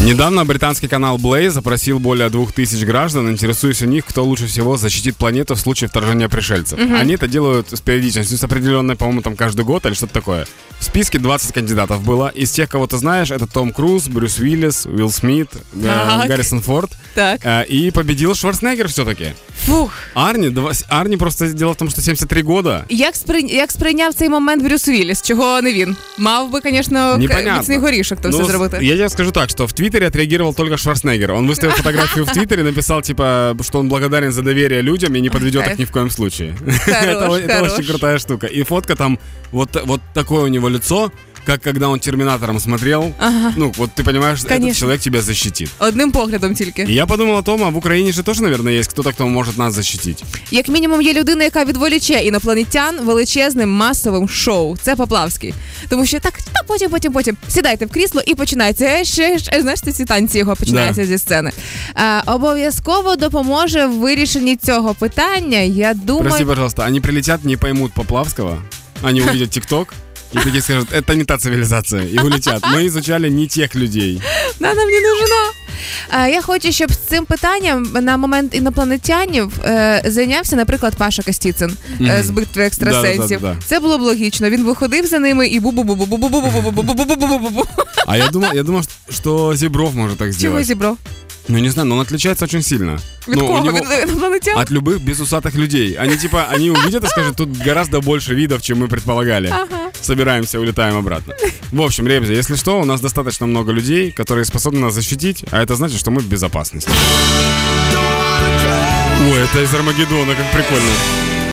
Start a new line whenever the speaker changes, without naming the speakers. Недавно британский канал Blaze запросил более двух тысяч граждан, интересуясь у них, кто лучше всего защитит планету в случае вторжения пришельцев. Они это делают с периодичностью, с определенной, по-моему, там каждый год или что-то такое. В списке 20 кандидатов было. Из тех, кого ты знаешь, это Том Круз, Брюс Уиллис, Уилл Смит, э,
Так.
Гаррисон Форд.
Так.
Э, И победил Шварценеггер все-таки.
Фух.
Арні, два- Арні просто дело в тому, що 73 года.
Як сприй... як сприйняв цей момент Брюс Вілліс? Чого не він? Мав би, звісно,
Непонятно.
міцний горішок то
Ну,
все
с-
зробити.
Я тебе скажу так, что в Твиттере отреагировал только Шварценеггер. Он выставил фотографию в Твиттере, написал, типа, что он благодарен за доверие людям и не подведет их
кайф.
ни в коем случае.
Хорош,
Это о- это
хорош.
очень крутая штука. И фотка там, вот вот такое у него лицо, как когда он Терминатором смотрел. Ну, вот ты понимаешь, этот
Конечно.
человек тебя защитит.
Одним поглядом тільки.
И я подумал о том, а в Украине же тоже, наверное, есть кто-то, кто может нас защитить.
Як мінімум, є людина, яка відволіче інопланетян величезним масовим шоу. Це Поплавський. Тому що так, та потім, потім, потім. Сідайте в крісло і починається. Е, ще, ще, знаєш, це ці танці його починаються зі сцени. Е, обов'язково допоможе в вирішенні цього питання. Я
Прости,
думаю,
пожалуйста, они прилетят, не поймут Поплавского, они увидят ТикТок и такие скажут, это не та цивилизация, и улетят. Мы изучали не тех людей.
вона мені нужна. Е, я хочу, щоб з цим питанням на момент інопланетянів е, зайнявся, наприклад, Паша Костіцин е, з битви екстрасенсів.
Да-да-да-да.
Це було б логічно. Він виходив за ними і бу бу бу бу бу бу бу бу бу бу бу бу бу бу бу
А я думал, я думал, что- что Зебров может так
Чого
сделать.
зібрав?
Ну, не знаю, но он отличается очень сильно.
Від
Ну, у
кого?
него-
Від інопланетян?
От любых безусатых людей. Они типа, они увидят и скажут, тут гораздо больше видов, чем мы предполагали. Собираемся, улетаем обратно. В общем, Ребзи, если что, у нас достаточно много людей, которые способны нас защитить, а это значит, что мы в безопасности. Ой, это из Армагеддона, как прикольно.